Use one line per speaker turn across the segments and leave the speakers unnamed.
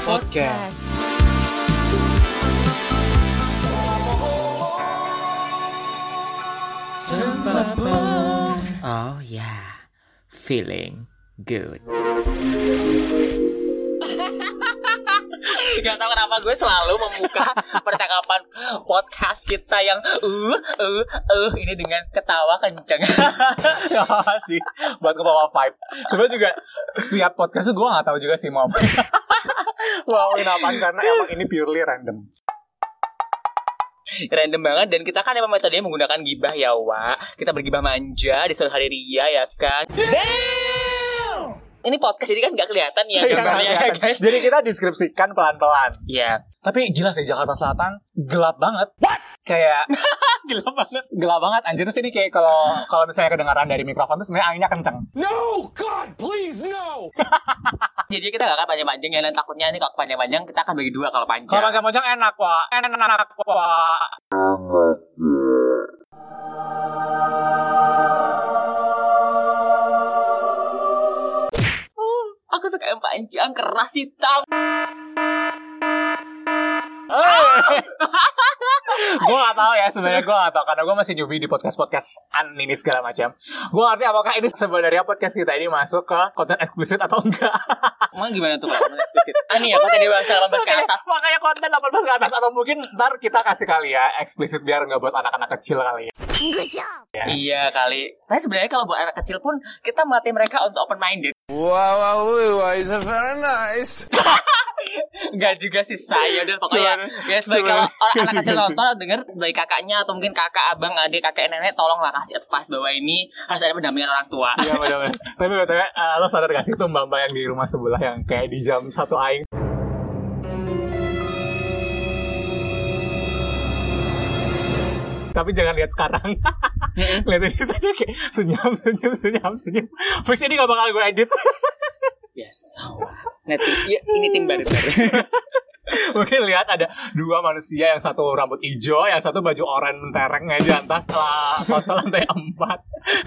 Podcast.
Oh yeah, feeling good. Gak tau kenapa gue selalu membuka percakapan podcast kita yang uh uh uh ini dengan ketawa kenceng.
ya sih buat kebawa vibe Cuma juga setiap podcast tuh gue gak tahu juga sih mau apa mau ngomongin apaan karena emang ini purely random
Random banget dan kita kan emang metodenya menggunakan gibah ya Wa. Kita bergibah manja di sore hari ria ya kan. Damn! Ini podcast jadi kan gak kelihatan ya gambarnya ya
Iya,
guys.
jadi kita deskripsikan pelan-pelan
Iya,
tapi jelas ya Jakarta Selatan gelap banget kayak
gelap banget.
gelap banget anjir sih ini kayak kalau kalau misalnya kedengaran dari mikrofon tuh sebenarnya anginnya kenceng
Jadi kita gak akan panjang-panjang ya dan takutnya ini kalau panjang-panjang kita akan bagi dua kalau panjang.
kalau macam mojang enak wah enak wah
Uh, aku suka yang panjang, keras, hitam.
gue gak tahu ya sebenarnya gue gak tahu karena gue masih newbie di podcast podcast an ini segala macam gue ngerti apakah ini sebenarnya podcast kita ini masuk ke konten eksplisit atau enggak
Ah, Emang gimana tuh kalau konten eksplisit? Ah nih ya, konten dewasa 18 ke
makanya,
atas.
makanya konten 18 ke atas atau mungkin ntar kita kasih kali ya eksplisit biar nggak buat anak-anak kecil kali ya
Iya kali. Tapi sebenarnya kalau buat anak kecil pun kita melatih mereka untuk open minded.
Wow, wow, wow, wow, it's very nice.
Enggak juga sih saya udah pokoknya
Sebenarnya-
ya sebagai kalau
sebenarnya-
orang anak kecil
Sebenarnya-
nonton denger sebagai kakaknya atau mungkin kakak abang adik kakek nenek tolonglah kasih advice bahwa ini harus ada pendampingan orang tua.
Iya benar-benar. Tapi btw, eh, lo sadar gak sih tuh mbak-mbak yang di rumah sebelah yang kayak di jam satu aing? Tapi jangan lihat sekarang. Lihat itu tadi kayak senyum, senyum, senyum, senyum. Fix ini gak bakal gue edit.
Biasa. Wak. Nanti ya, ini tim baru.
Mungkin lihat ada dua manusia yang satu rambut hijau, yang satu baju oranye tereng aja atas lah kos lantai empat.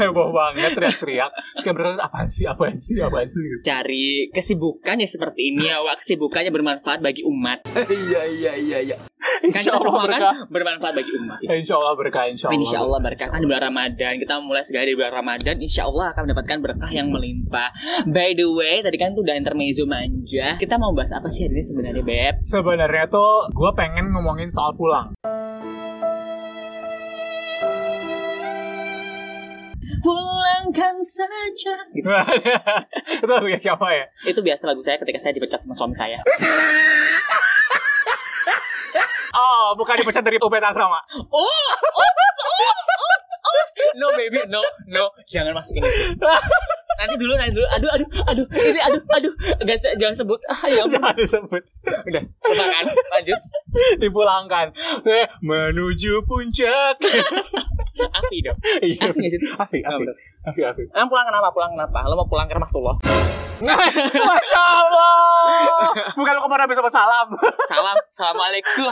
Heboh banget teriak-teriak. Sekarang apaan sih, apaan sih, apaan sih gitu.
Cari kesibukan ya seperti ini ya, Wak. Kesibukannya bermanfaat bagi umat.
Iya, iya, iya, iya.
kan
Insya
kita
Allah
semua kan
berkah.
bermanfaat bagi umat
Ya, Insya Allah berkah, insya Allah.
Insya Allah berkah kan di bulan Ramadan Kita mulai segala di bulan Ramadan Insya Allah akan mendapatkan berkah yang melimpah By the way Tadi kan tuh udah intermezzo manja Kita mau bahas apa sih hari ini sebenarnya Beb?
Sebenarnya tuh gue pengen ngomongin soal pulang.
Pulangkan saja
Gitu. Itu lagunya siapa ya?
Itu biasa lagu saya ketika saya dipecat sama suami saya
Oh, bukan dipecat dari UPT Asrama.
Oh, ups, ups, ups, ups. No baby, no, no, jangan masukin itu. Nanti dulu, nanti dulu. Aduh, aduh, aduh, ini aduh, aduh. Gak, se- jangan sebut. Ah, ya ampun.
Jangan disebut. Udah,
Lupa kan? Lanjut.
dipulangkan. Eh, Menuju puncak.
Afi dong.
Iya.
Afi nggak sih itu?
Afi,
Nggak,
Afi.
bener.
Afi, Afi.
Emang pulang kenapa? Pulang kenapa? Lo mau pulang ke rumah tuh lo?
Masya Allah. Bukan lo kemarin habis dapat salam.
Salam, assalamualaikum.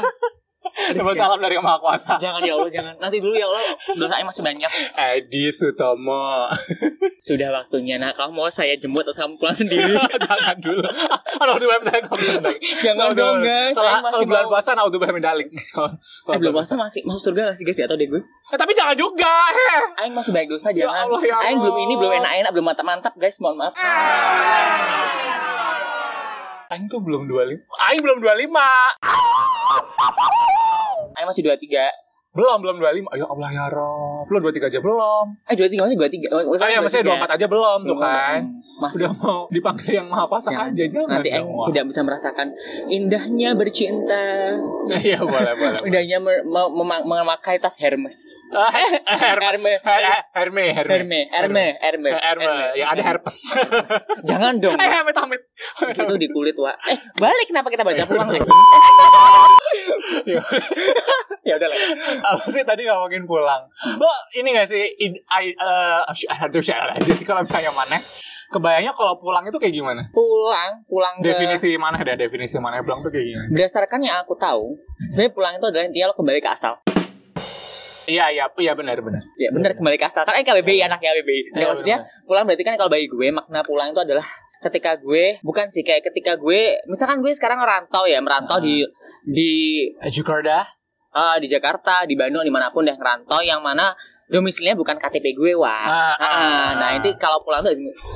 Dapat salam dari Yang Maha Kuasa.
Jangan ya Allah, jangan. Nanti dulu ya Allah, dosanya masih banyak.
Edi Sutomo.
Sudah waktunya. Nah, kamu mau saya jemput atau kamu pulang sendiri?
Jangan dulu. Aduh, di website
Jangan dong, guys. Saya masih
bulan
mau-
puasa, nah, udah medalik.
Eh, belum puasa masih masuk surga gak sih guys ya? Atau deh gue?
Eh, tapi jangan juga. heh.
Aing masih banyak dosa,
Ya
jangan.
Allah, ya
Aing belum ini, belum
Allah.
enak-enak, belum mantap-mantap guys. Mohon maaf.
Aing tuh belum 25. Aing belum 25.
Aing masih 23.
Belum, belum 25. Ya Allah ya Rob. Lo 23 aja belum. Ah, ya,
Eh, 23 masih 23. Oh,
Saya masih 24 aja belum tuh kan.
Masih.
Udah mau dipakai yang maha kuasa
Jangan.
aja jangan. Ya
Nanti Aing
dong.
tidak bisa merasakan indahnya bercinta.
Iya, boleh, boleh.
Indahnya mer- mau- mema- memakai tas Hermes. Hermes.
Her- Herme, Herme.
Herme, Herme, Herme,
Herme. Ya ada herpes.
Jangan dong.
Eh, amit amit.
Itu di kulit, Wak. Eh, balik kenapa kita baca pulang lagi?
ya udah lah. Apa sih tadi ngomongin pulang? Lo ini gak sih in, I, uh, aduh, syah, jadi kalau misalnya mana kebayangnya kalau pulang itu kayak gimana?
Pulang, pulang ke
Definisi mana ada definisi mana pulang tuh kayak gimana?
Berdasarkan yang aku tahu, sebenarnya pulang itu adalah intinya lo kembali ke asal.
Iya iya iya benar benar.
Ya benar kembali ke asal. Karena ini KBBI anaknya KBBI. Nah,
Iya,
maksudnya pulang berarti kan kalau bagi gue makna pulang itu adalah ketika gue bukan sih kayak ketika gue misalkan gue sekarang ngerantau ya merantau di di
Jakarta.
eh, di Jakarta di Bandung dimanapun deh ngerantau yang mana domisilinya bukan KTP gue
Ah,
wah Ah, ah. nah itu kalau pulang tuh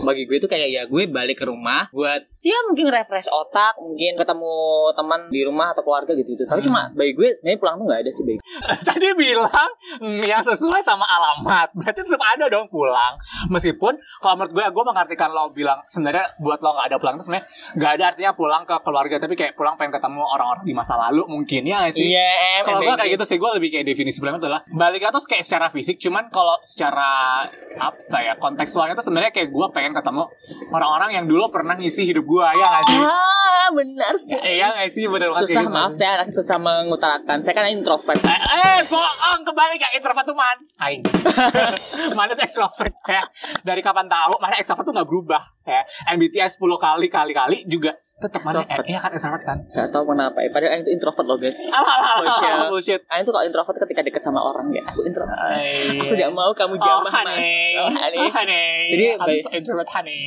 bagi gue tuh kayak ya gue balik ke rumah buat ya mungkin refresh otak mungkin ketemu teman di rumah atau keluarga gitu gitu tapi
Hmm.
cuma bagi gue sebenarnya pulang tuh nggak ada sih bagi
tadi bilang mm, yang sesuai sama alamat berarti tetap ada dong pulang meskipun kalau menurut gue gue mengartikan lo bilang sebenarnya buat lo nggak ada pulang itu sebenarnya nggak ada artinya pulang ke keluarga tapi kayak pulang pengen ketemu orang-orang di masa lalu mungkin ya nggak sih
iya em
kalau gue
emang
kayak gitu sih gue lebih kayak definisi bilangnya adalah balik itu kayak secara fisik cuman kalau secara apa ya kontekstualnya tuh sebenarnya kayak gue pengen ketemu orang-orang yang dulu pernah ngisi hidup gue ya nggak sih
ah benar sekali.
Iya nggak sih bener banget kayak
susah
gitu.
maaf saya anak susah mengutarakan saya kan introvert
Eh, eh, bohong kembali gak introvert tuh man. Aing. mana tuh extrovert ya. Dari kapan tahu mana extrovert tuh gak berubah ya. MBTI 10 kali kali kali juga tetap mana
Extrovert.
eh, iya kan extrovert kan.
Gak tau kenapa ya Padahal Aing itu introvert loh guys
Alah, Oh, alah,
Bullshit.
alah, bullshit.
Aing tuh kalau introvert ketika deket sama orang ya Aku introvert
Eh,
Aku tidak mau
Oh,
kamu jamah mas
honey.
Oh,
Oh,
honey.
honey.
Jadi,
I'm
baik.
so introvert honey.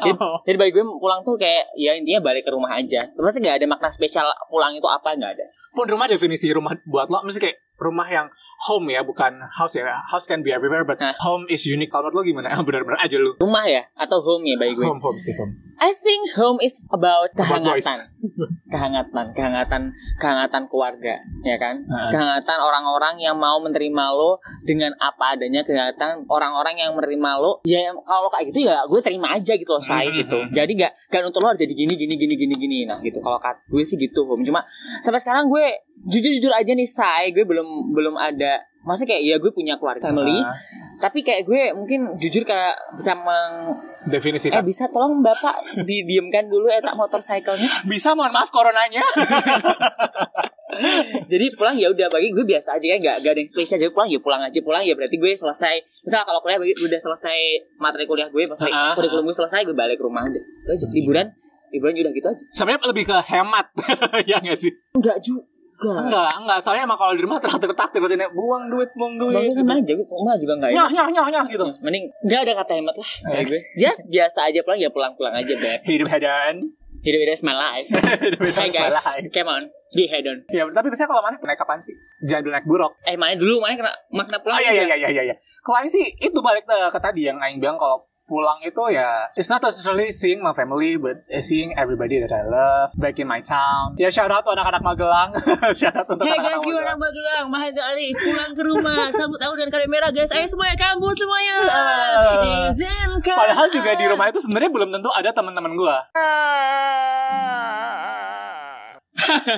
Jadi,
Oh.
jadi bagi gue pulang tuh kayak ya intinya balik ke rumah aja. Pasti nggak ada makna spesial pulang itu apa nggak ada.
Pun rumah definisi rumah buat lo mesti kayak rumah yang home ya bukan house ya house can be everywhere but
Hah.
home is unique kalau menurut lo gimana Eh, bener-bener aja lo
Rumah ya atau home ya bagi gue.
home home sih home
I think home is
boys.
about kehangatan, kehangatan, kehangatan, kehangatan keluarga, ya kan?
Heeh.
Kehangatan orang-orang yang mau menerima lo dengan apa adanya, kehangatan orang-orang yang menerima lo. Ya kalau kayak gitu ya gue terima aja gitu loh, saya
Mhm.
gitu. Jadi gak, gak untuk lo harus jadi gini, gini, gini, gini, gini. Nah gitu. Kalau kat gue sih gitu, home. Cuma sampai sekarang gue jujur-jujur aja nih, saya gue belum belum ada. Masih kayak ya gue punya keluarga family,
Ah,
tapi kayak gue mungkin jujur kayak bisa meng
definisi
Eh bisa tolong bapak didiamkan dulu eh tak motorcycle-nya.
bisa mohon maaf coronanya
Jadi pulang ya udah bagi gue biasa aja kan nggak nggak ada yang spesial jadi pulang ya pulang aja pulang ya berarti gue selesai. Misal kalau kuliah bagi udah selesai materi kuliah gue pas
Ah, Hmm. ah,
kurikulum gue selesai gue balik ke rumah udah. Itu aja liburan liburan udah gitu aja.
sebenarnya lebih ke hemat ya nggak sih
Enggak juga.
enggak enggak soalnya emang kalau di rumah teratur teratur katanya buang duit buang
Bang
duit
kan aja gue rumah juga enggak ya.
nyah nyah nyah nyah gitu
Mending nggak ada kata hemat lah
Eh.
kayak gue. Just biasa aja pulang ya pulang-pulang aja deh.
hidup hedan
Hidup hidup my life.
hidup
Hey
hedan
guys,
salah.
come on, be head on.
ya tapi biasanya kalau mana naik kapan sih jangan dulu naik buruk
Eh mana dulu mana kena kan? makna
oh
pulang?
iya
juga.
iya iya iya iya kalau Aing sih itu balik eh, ke tadi yang Aing bilang kalau pulang itu ya it's not necessarily seeing my family but seeing everybody that I love back in my town ya shout out to anak-anak Magelang shout out untuk
Hey
anak-anak
guys, you
Magelang
orang Magelang, Mahathir Ali, pulang ke rumah, sambut aku dan karet merah guys, ayo semuanya kabut semuanya.
Ah.
Izinkan.
Padahal juga di rumah itu sebenarnya belum tentu ada teman-teman gua.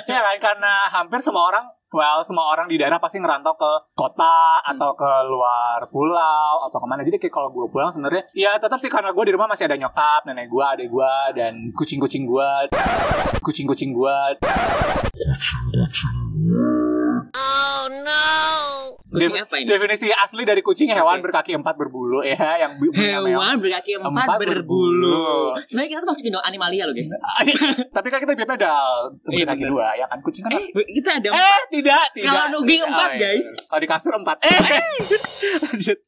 ya kan karena hampir semua orang well semua orang di daerah pasti ngerantau ke kota atau ke luar pulau atau kemana jadi kayak kalau gua pulang sebenarnya ya tetap sih karena gua di rumah masih ada nyokap nenek gua adik gua dan kucing-kucing gua kucing-kucing gua
Kucing apa ini?
definisi asli dari kucing hewan
Oke.
berkaki empat berbulu ya yang bu- punya meong.
Hewan berkaki empat,
Empat
berbulu.
berbulu.
Sebenarnya kita tuh masukin dong animalia loh guys.
Tapi kan kita bipedal
Iya,
berkaki
bener.
dua ya kan kucing kan.
Eh, kita ada
Eh, tidak, tidak.
Kalau nuging
Tidak.
empat,
Oh, iya,
guys.
bener. Kalau di kasur empat. Eh, lanjut.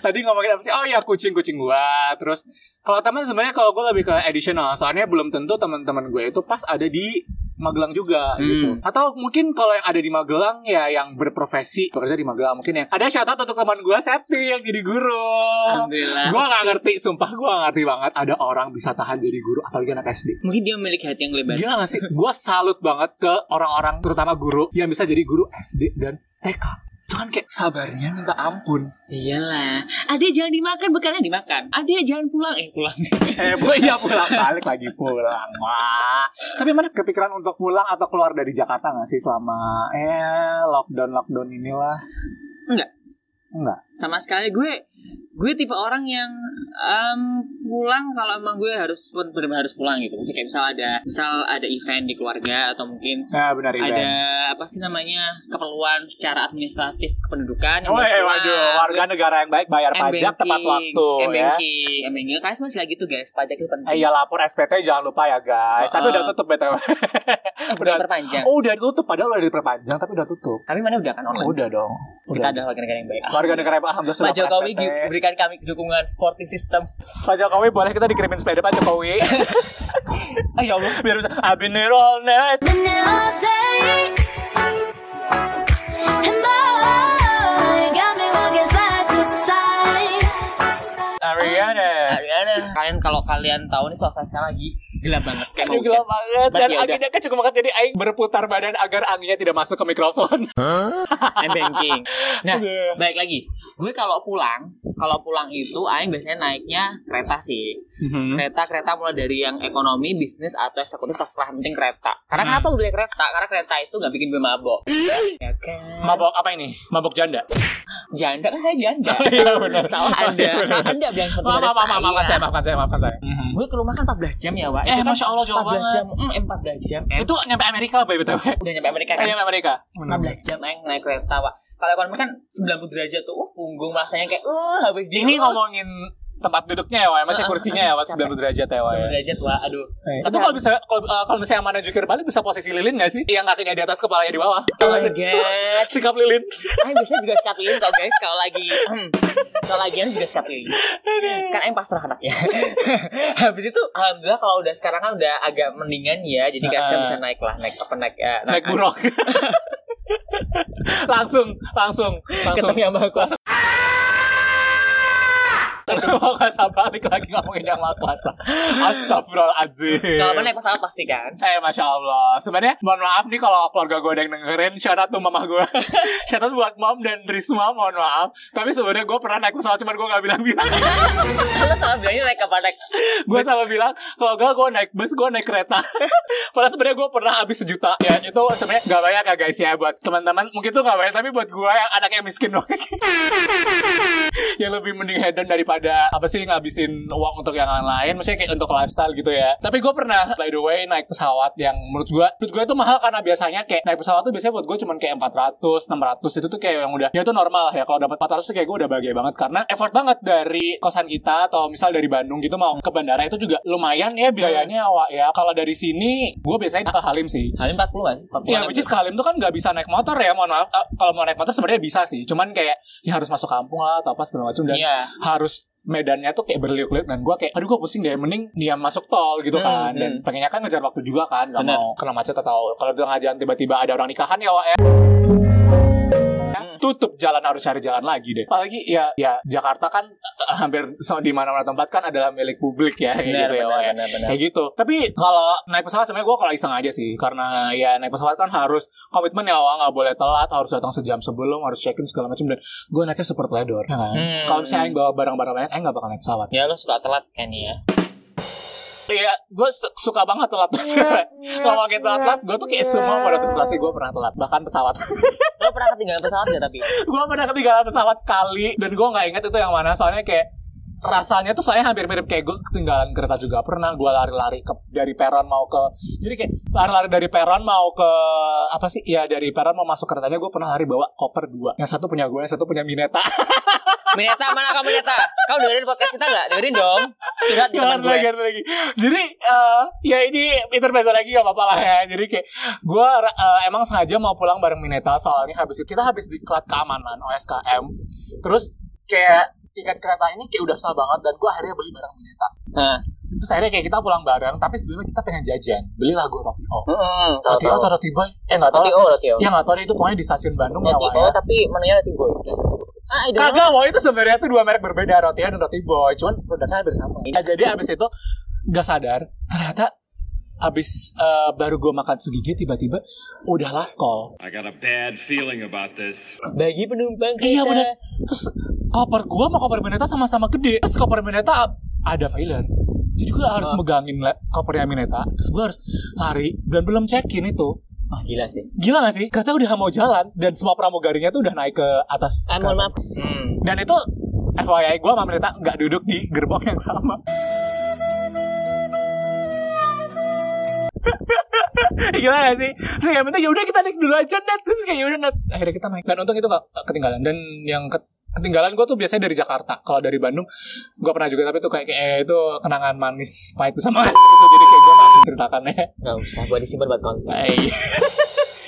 Tadi ngomongin apa sih? Oh ya kucing-kucing gua. Terus kalau teman sebenarnya kalau gua lebih ke additional. Soalnya belum tentu teman-teman gue itu pas ada di Magelang juga
Hmm.
gitu. Atau mungkin kalau yang ada di Magelang ya yang berprofesi bekerja di Magelang mungkin yang ada shout out untuk teman gua Septi yang jadi guru.
Alhamdulillah.
Gua gak ngerti, sumpah gua gak ngerti banget ada orang bisa tahan jadi guru apalagi anak SD.
Mungkin dia memiliki hati yang lebar.
Gila gak sih? Gue salut banget ke orang-orang terutama guru yang bisa jadi guru SD dan TK. Itu kan kayak sabarnya minta ampun.
Iyalah. Ada jangan dimakan bekalnya dimakan. Ada jangan pulang eh pulang.
Eh, bu, iya pulang balik lagi pulang. Wah. Tapi mana kepikiran untuk pulang atau keluar dari Jakarta gak sih selama eh lockdown lockdown inilah?
Enggak.
Enggak.
sama sekali gue gue tipe orang yang em, pulang kalau emang gue harus benar harus pulang gitu misalnya kayak misal ada misal ada event di keluarga atau mungkin
Nah, benar
ada
Iben.
apa sih namanya keperluan secara administratif kependudukan
Oh,
yang
eh,
harus pulang.
waduh, warga negara yang baik bayar pajak
M-banking,
tepat waktu ya.
M-banking, M-banking. Kalian semua kayak gitu guys, pajak itu penting.
Eh, ya lapor SPT jangan lupa ya guys. Tapi
Oh.
udah tutup BTW.
Eh, udah
udah-
perpanjang.
Oh, udah tutup padahal udah diperpanjang tapi udah tutup.
Tapi mana udah kan online.
Udah dong.
Kita adalah warga negara yang baik.
Warga negara yang alhamdulillah sudah
Pak Jokowi
pernah SPT.
gi- berikan berikan kami dukungan supporting system.
Pak Jokowi boleh kita dikirimin sepeda Pak Jokowi
Ah, ya Allah.
biar bisa I've been here all night
Ah.
Ariana
Ariana, kalian kalau kalian tahu nih suasana sekarang lagi gelap banget kayak mau
Aduh gelap
hujan.
banget
Tapi
dan
ya udah.
anginnya kan cukup banget jadi aing berputar badan agar anginnya tidak masuk ke mikrofon. Iya.
I'm banking. Nah,
Aduh.
baik lagi. Gue kalau pulang, kalau pulang itu aing biasanya naiknya kereta sih.
Hmm. Mhm.
Kereta kereta mulai dari yang ekonomi, bisnis atau eksekutif terserah yang penting kereta. Karena
Hmm.
kenapa gue beli kereta? Karena kereta itu gak bikin gue mabok. Ya kan?
Mabok apa ini? Mabok janda.
Janda kan saya janda.
Iya benar.
Salah Anda. Salah Anda bilang seperti
Maaf,
pada
maaf, maaf, maaf,
saya.
saya, maafkan saya, maafkan saya.
Gue ke rumah kan 14 jam ya, Wak.
Eh,
Itu kan
Masya Allah, jauh
14
banget.
jam. Hmm, eh, 14 jam. Eh,
Mhm. Itu nyampe Amerika apa ya BTW?
udah nyampe Amerika
Eh,
kan?
nyampe Amerika.
16 jam aing naik kereta, Wak. Kalau ekonomi kan 90 derajat tuh, uh, punggung rasanya kayak uh habis dingin.
Ini ngomongin tempat duduknya ya, Wak. Masih
Heeh,
kursinya ya, Wak. 90 derajat ya, Wak.
90
ya.
derajat, Wak. Aduh.
Tapi kalau bisa kalau, eh, kalau misalnya mana jukir balik bisa posisi lilin gak sih? Yang kakinya di atas kepalanya di bawah.
Oh my god.
Sikap lilin.
Aing biasanya juga sikat lilin kok guys kalau lagi hmm, kalau lagi aing juga sikat lilin. Kan aing pasrah anaknya. Habis itu alhamdulillah kalau udah sekarang kan udah agak mendingan ya. Jadi guys
Heeh.
kan bisa naik lah naik apa naik eh,
Naik buruk. langsung, langsung, langsung.
Ketemu sama aku.
Mau gak sabar balik lagi ngomongin yang maha kuasa. Astagfirullahaladzim.
Kalau apa naik pesawat pasti kan.
Eh, Masya Allah. Sebenarnya, mohon maaf nih kalau keluarga gue ada yang dengerin. Shout out tuh mamah gue. Shout out buat mom dan Risma, mohon maaf. Tapi sebenarnya gue pernah naik pesawat, cuman gue gak bilang-bilang.
Kalau salah bilangnya naik apa naik
gue sama bilang, kalau gak gue naik bus, gue naik kereta. Padahal sebenarnya gue pernah habis sejuta. Ya, itu sebenarnya gak bayar ya guys ya. Buat teman-teman, mungkin tuh gak bayar. Tapi buat gue yang anaknya miskin banget. ya lebih mending hedon daripada apa sih ngabisin uang untuk yang lain maksudnya kayak untuk lifestyle gitu ya tapi gue pernah by the way naik pesawat yang menurut gue menurut gue itu mahal karena biasanya kayak naik pesawat tuh biasanya buat gue cuman kayak 400 600 itu tuh kayak yang udah ya itu normal lah ya kalau dapat 400 tuh kayak gue udah bahagia banget karena effort banget dari kosan kita atau misal dari Bandung gitu mau ke bandara itu juga lumayan ya biayanya wah ya kalau dari sini gue biasanya ke Halim sih
Hamin 40 gak sih? 40
Iya, which is Kalim tuh kan nggak bisa naik motor ya, mohon maaf. Eh, Kalau mau naik motor sebenarnya bisa sih, cuman kayak ya harus masuk kampung lah atau apa segala macam dan
Iya.
harus medannya tuh kayak berliuk-liuk dan gue kayak aduh gue pusing deh mending dia masuk tol gitu kan
Hmm,
dan
hmm.
pengennya kan ngejar waktu juga kan gak
Bener.
mau kena macet atau kalau di tengah jalan tiba-tiba ada orang nikahan ya WR
Hmm.
tutup jalan harus cari jalan lagi deh apalagi ya ya Jakarta kan eh, hampir so- di mana-mana tempat kan adalah milik publik ya kayak
Benar,
gitu ya WR.
benar, Iya, benar, benar.
kayak gitu tapi kalau naik pesawat sebenarnya gue kalau iseng aja sih karena ya naik pesawat kan harus komitmen ya Wak. nggak boleh telat harus datang sejam sebelum harus check in segala macam dan gue naiknya super teledor ya kan?
Hmm.
kalau misalnya Aing bawa barang-barang banyak Aing gak bakal naik pesawat
Ya lo suka telat kan ya.
Iya, gue suka banget telat Ngomongin telat-telat, gue tuh kayak semua pada presentasi gue pernah telat Bahkan pesawat
Lo pernah ketinggalan pesawat gak tapi?
Gue pernah ketinggalan pesawat sekali Dan gue gak inget itu yang mana Soalnya kayak rasanya tuh saya hampir mirip kayak gue ketinggalan kereta juga pernah gue lari-lari ke dari peron mau ke jadi kayak lari-lari dari peron mau ke apa sih ya dari peron mau masuk keretanya gue pernah lari bawa koper dua yang satu punya gue yang satu punya Mineta
Mineta mana kamu Mineta? Kau dengerin podcast kita gak? Dengerin dong. Curhat di
Jangan
teman
lagi,
gue.
jangan lagi. Jadi eh, ya ini intermezzo lagi gak apa-apa lah ya. Jadi kayak gue emang sengaja mau pulang bareng Mineta soalnya habis itu kita habis diklat keamanan OSKM. Terus kayak tiket kereta ini kayak udah sah banget dan gue akhirnya beli bareng Mineta.
Nah,
Terus akhirnya kayak kita pulang bareng tapi sebelumnya kita pengen jajan. Beli lagu roti O.
heeh.
Roti O atau roti boy? Eh nggak
Roti
tahu.
O, Roti O.
Ya nggak tahu deh, itu pokoknya di stasiun Bandung ya.
Roti
Wak,
O
ya.
tapi menunya Roti Boy. Ah, I don't know.
Kagak, wah itu sebenarnya tuh dua merek berbeda, roti dan roti boy. Cuman produknya hampir sama. Ya, jadi abis itu gak sadar, ternyata abis eh, baru gue makan segigi tiba-tiba udah last call.
I got a bad feeling about this.
Bagi penumpang kereta.
Iya bener. Terus koper gue sama koper Mineta sama-sama gede. Terus koper Mineta ada failer. Jadi gue harus megangin le- kopernya Mineta. Terus gue harus lari dan belum check-in itu.
Wah, gila sih.
Gila gak sih? Kereta udah mau jalan dan semua pramugarinya tuh udah naik ke atas.
Ah, mohon
kereta.
maaf. Hmm.
Dan itu FYI gue sama Mineta nggak duduk di gerbong yang sama. Gila gak sih? Terus kayak minta yaudah kita naik dulu aja Nat Terus kayak yaudah Nat Akhirnya kita naik Dan untung itu gak ketinggalan Dan yang ke- ketinggalan gue tuh biasanya dari Jakarta Kalau dari Bandung Gue pernah juga Tapi itu kayak, kayak eh, itu kenangan manis pahit sama itu Jadi kayak gue masih ceritakannya
Gak usah, buat disimpan buat konten.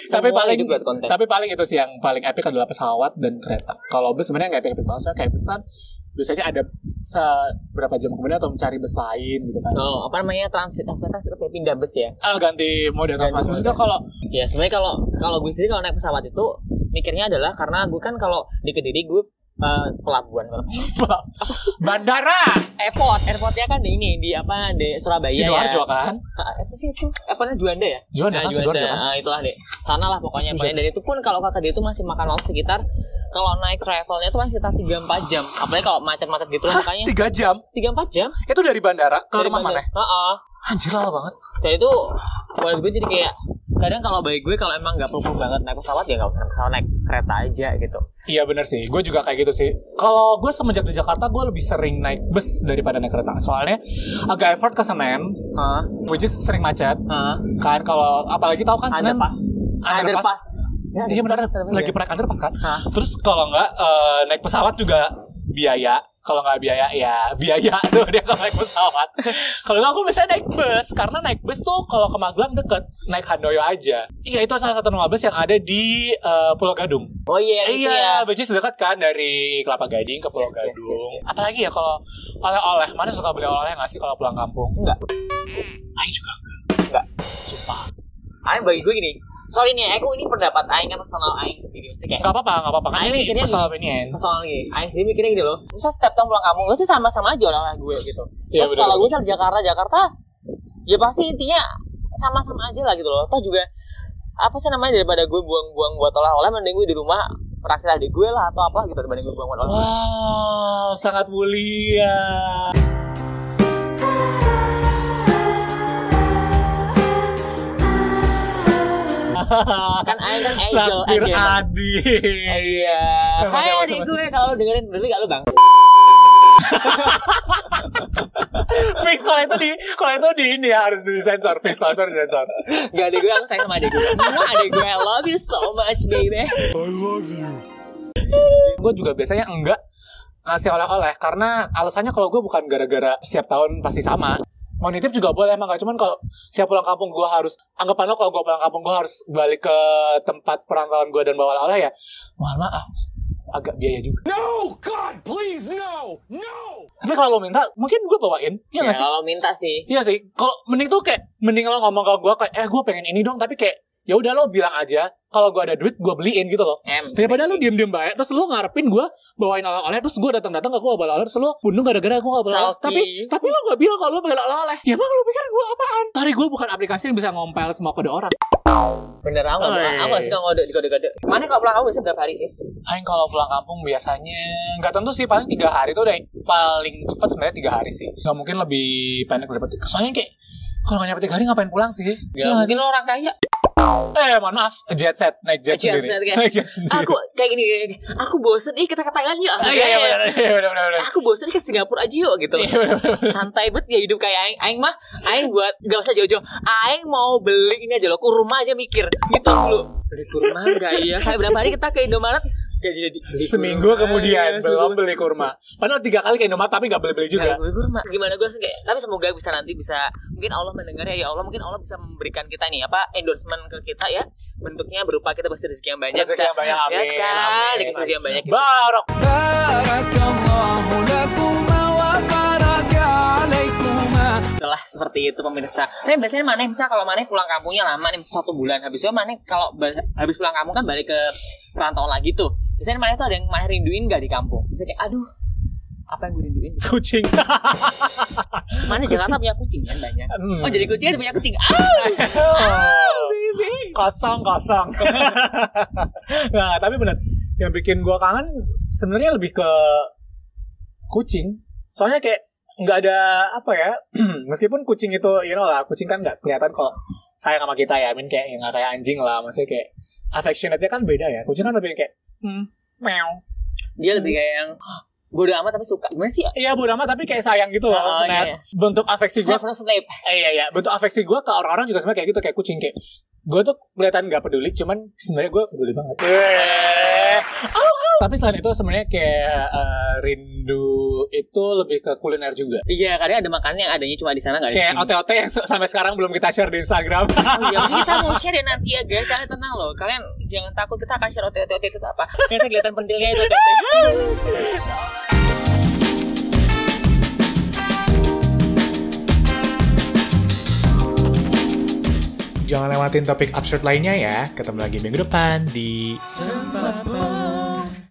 tapi
Semua
paling
hidup buat konten.
tapi paling itu sih yang paling epic adalah pesawat dan kereta kalau bus sebenarnya nggak epic epic banget soalnya kayak pesan biasanya ada se- berapa jam kemudian atau mencari bus lain gitu kan.
Oh, apa namanya transit? Apa transit apa pindah bus ya?
Ah ganti mode
Dan
transportasi.
maksudnya kalau ya sebenarnya kalau kalau gue sendiri kalau naik pesawat itu mikirnya adalah karena gue kan kalau di kediri gue eh, pelabuhan pelabuhan
bandara
airport airportnya kan di ini di apa di Surabaya
Sidoarjo
ya.
kan.
Ah, apa sih itu apa namanya Juanda ya
Juanda kan, Sidoarjo kan.
Ah, itulah deh sana lah pokoknya pokoknya dari itu pun kalau kakak dia itu masih makan waktu sekitar kalau naik travelnya itu masih sekitar 3 4 jam apalagi kalau macet-macet gitu lah makanya
Tiga jam.
3 4 jam
Itu dari bandara ke
dari
rumah
Bandung.
mana?
Heeh.
Anjir lama banget.
dan itu buat gue jadi kayak kadang kalau bagi gue kalau emang nggak perlu banget naik pesawat ya nggak usah naik pesawat naik kereta aja gitu
Iya benar sih, gue juga kayak gitu sih. Kalau gue semenjak di Jakarta, gue lebih sering naik bus daripada naik kereta. Soalnya agak effort ke Senen,
Heeh.
which is sering macet.
Heeh.
Kan kalau apalagi tahu kan Senen
underpass
Underpass.
underpass
Iya benar,
Underpass,
lagi
iya.
naik underpass kan.
Hah?
Terus kalau nggak eh, naik pesawat juga biaya. Kalau nggak biaya ya biaya tuh dia kalau naik pesawat. kalau nggak aku bisa naik bus karena naik bus tuh kalau ke Magelang deket naik Handoyo aja. Iya itu salah satu nomor bus yang ada di eh, Pulau Gadung.
oh iya yang itu ya
Iya, which is dekat kan dari Kelapa Gading ke Pulau
Yes, yes,
Gadung.
yes, yes.
Apalagi ya kalau oleh-oleh, mana suka beli oleh-oleh nggak sih kalau pulang kampung?
enggak
Ayo juga enggak.
Enggak.
Sumpah.
Aing bagi gue gini sorry nih aku ini pendapat Aing kan personal Aing sendiri maksudnya kayak
Enggak apa-apa, enggak apa-apa. Kan
Ayo
ini
Nah, mikirnya
masalah opinion.
personal gini Aing sendiri mikirnya gini loh masa setiap tahun pulang kampung masa sama-sama aja orang gue gitu
Iya,
terus
benar,
kalau gue
benar.
misal Jakarta Jakarta ya pasti intinya sama-sama aja lah gitu loh toh juga apa sih namanya daripada gue buang-buang buat oleh-oleh mending gue di rumah terakhir adik gue lah atau apa gitu dibanding gue buang buat oleh-oleh
Wow, Oh, sangat mulia.
kan Aing kan angel
Takdir
angel
Adi.
Iya.
Teman,
Hai
teman,
adik
teman.
gue kalau dengerin berarti gak lu bang.
Fix kalau itu di kalau itu di ini ya, harus disensor. Fix kalau itu harus disensor.
Gak adik gue aku sayang sama adik gue. Mua, adik gue I love you so much baby.
gue juga biasanya enggak ngasih oleh-oleh karena alasannya kalau gue bukan gara-gara setiap tahun pasti sama mau nitip juga boleh emang gak cuman kalau siap pulang kampung gue harus anggapan lo kalau gue pulang kampung gue harus balik ke tempat perantauan gue dan bawa oleh-oleh ya mohon maaf agak biaya juga
No, God, please, no, no.
tapi kalau lo minta mungkin gue bawain iya
Ya
nggak sih
kalau minta sih.
iya sih kalau mending tuh kayak mending lo ngomong ke gue kayak eh gue pengen ini dong tapi kayak ya udah lo bilang aja kalau gue ada duit gue beliin gitu loh
Em.
Daripada lu diem-diem baik, terus lu ngarepin gue bawain oleh-oleh, terus gue datang-datang gak gue bawa oleh-oleh, terus lu bunuh gara-gara gue gak bawa oleh-oleh.
Salty.
Tapi, tapi lu gak bilang kalau lu bawa oleh-oleh. Ya emang lu pikir gue apaan? Sorry, gue bukan aplikasi yang bisa ngompel semua kode orang.
Bener aku nggak
Oi.
aku nggak suka ngode di kode-kode. Mana kalau pulang kamu bisa berapa hari sih?
Aing kalau pulang kampung biasanya nggak tentu sih paling tiga hari itu udah paling cepat sebenarnya tiga hari sih. Gak mungkin lebih pendek daripada tiga. Soalnya kayak kalau nggak nyampe tiga hari ngapain pulang sih?
Ya,
Iya nggak sih?
mungkin lo orang kaya.
Eh mohon maaf, jet set naik jet,
Jet
sendiri.
set, kayak,
naik jet sendiri.
Aku kayak gini, kayak gini. aku bosen ih kita ketangan yuk.
Ah, iya iya benar iya benar benar. benar.
Aku bosen ke Singapura aja yuk gitu.
Iya, benar, benar.
Santai bet ya hidup kayak aing. Aing mah aing buat gak usah jauh-jauh. Aing mau beli ini aja loh kurma aja mikir gitu dulu. Beli kurma enggak ya? Kayak berapa hari kita ke Indomaret? Gak jadi beli
Seminggu
kurma.
kemudian
Iya,
belum
seminggu.
beli kurma. Padahal tiga kali ke Indomaret tapi nggak beli-beli juga.
Gak beli kurma. Gimana gue langsung kayak tapi semoga bisa nanti bisa mungkin Allah mendengar ya ya Allah mungkin Allah bisa memberikan kita nih apa endorsement ke kita ya bentuknya berupa kita pasti rezeki yang banyak
Rezeki
bisa-
yang banyak,
ya
amin,
kan?
amin,
Dikasih rezeki yang banyak gitu.
Barok.
Itulah seperti itu pemirsa. Tapi biasanya mana bisa kalau mana pulang kampungnya lama nih misalnya satu bulan habis itu mana kalau ba- habis pulang kampung kan balik ke perantauan lagi tuh. Biasanya mana tuh ada yang mana rinduin gak di kampung? Bisa kayak aduh apa yang gue rinduin?
Kucing.
Mana Jakarta punya kucing kan banyak.
Hmm.
Oh jadi kucing ada punya kucing. Ah, baby.
kosong kosong. nah tapi benar yang bikin gua kangen sebenarnya lebih ke kucing. Soalnya kayak nggak ada apa ya meskipun kucing itu you know lah kucing kan nggak kelihatan kalau sayang sama kita ya I mean kayak ya nggak kayak anjing lah maksudnya kayak affectionate-nya kan beda ya kucing kan lebih kayak hmm, meow
Dia lebih kayak yang bodo amat tapi suka. Gimana sih?
Iya bodo amat tapi kayak sayang gitu loh.
Oh,
Nah,
iya, iya.
bentuk afeksi gue,
Snap from Snape.
eh, iya iya, bentuk afeksi gue ke orang-orang juga sebenarnya kayak gitu kayak kucing kayak. Gue tuh kelihatan nggak peduli, cuman sebenarnya gue peduli banget. Au, au. Tapi selain itu sebenarnya kayak eh, rindu itu lebih ke kuliner juga.
Iya, kadang ada makanan yang adanya cuma di sana nggak ada di
Kayak
sini.
ote-ote yang se- sampai sekarang belum kita share di Instagram.
Oh iya, mungkin kita mau share ya nanti ya guys. Kalian tenang loh. Kalian jangan takut kita akan share otot-otot itu apa. Yang saya kelihatan pentilnya itu. otot-otot.
Jangan lewatin topik absurd lainnya ya. Ketemu lagi minggu depan di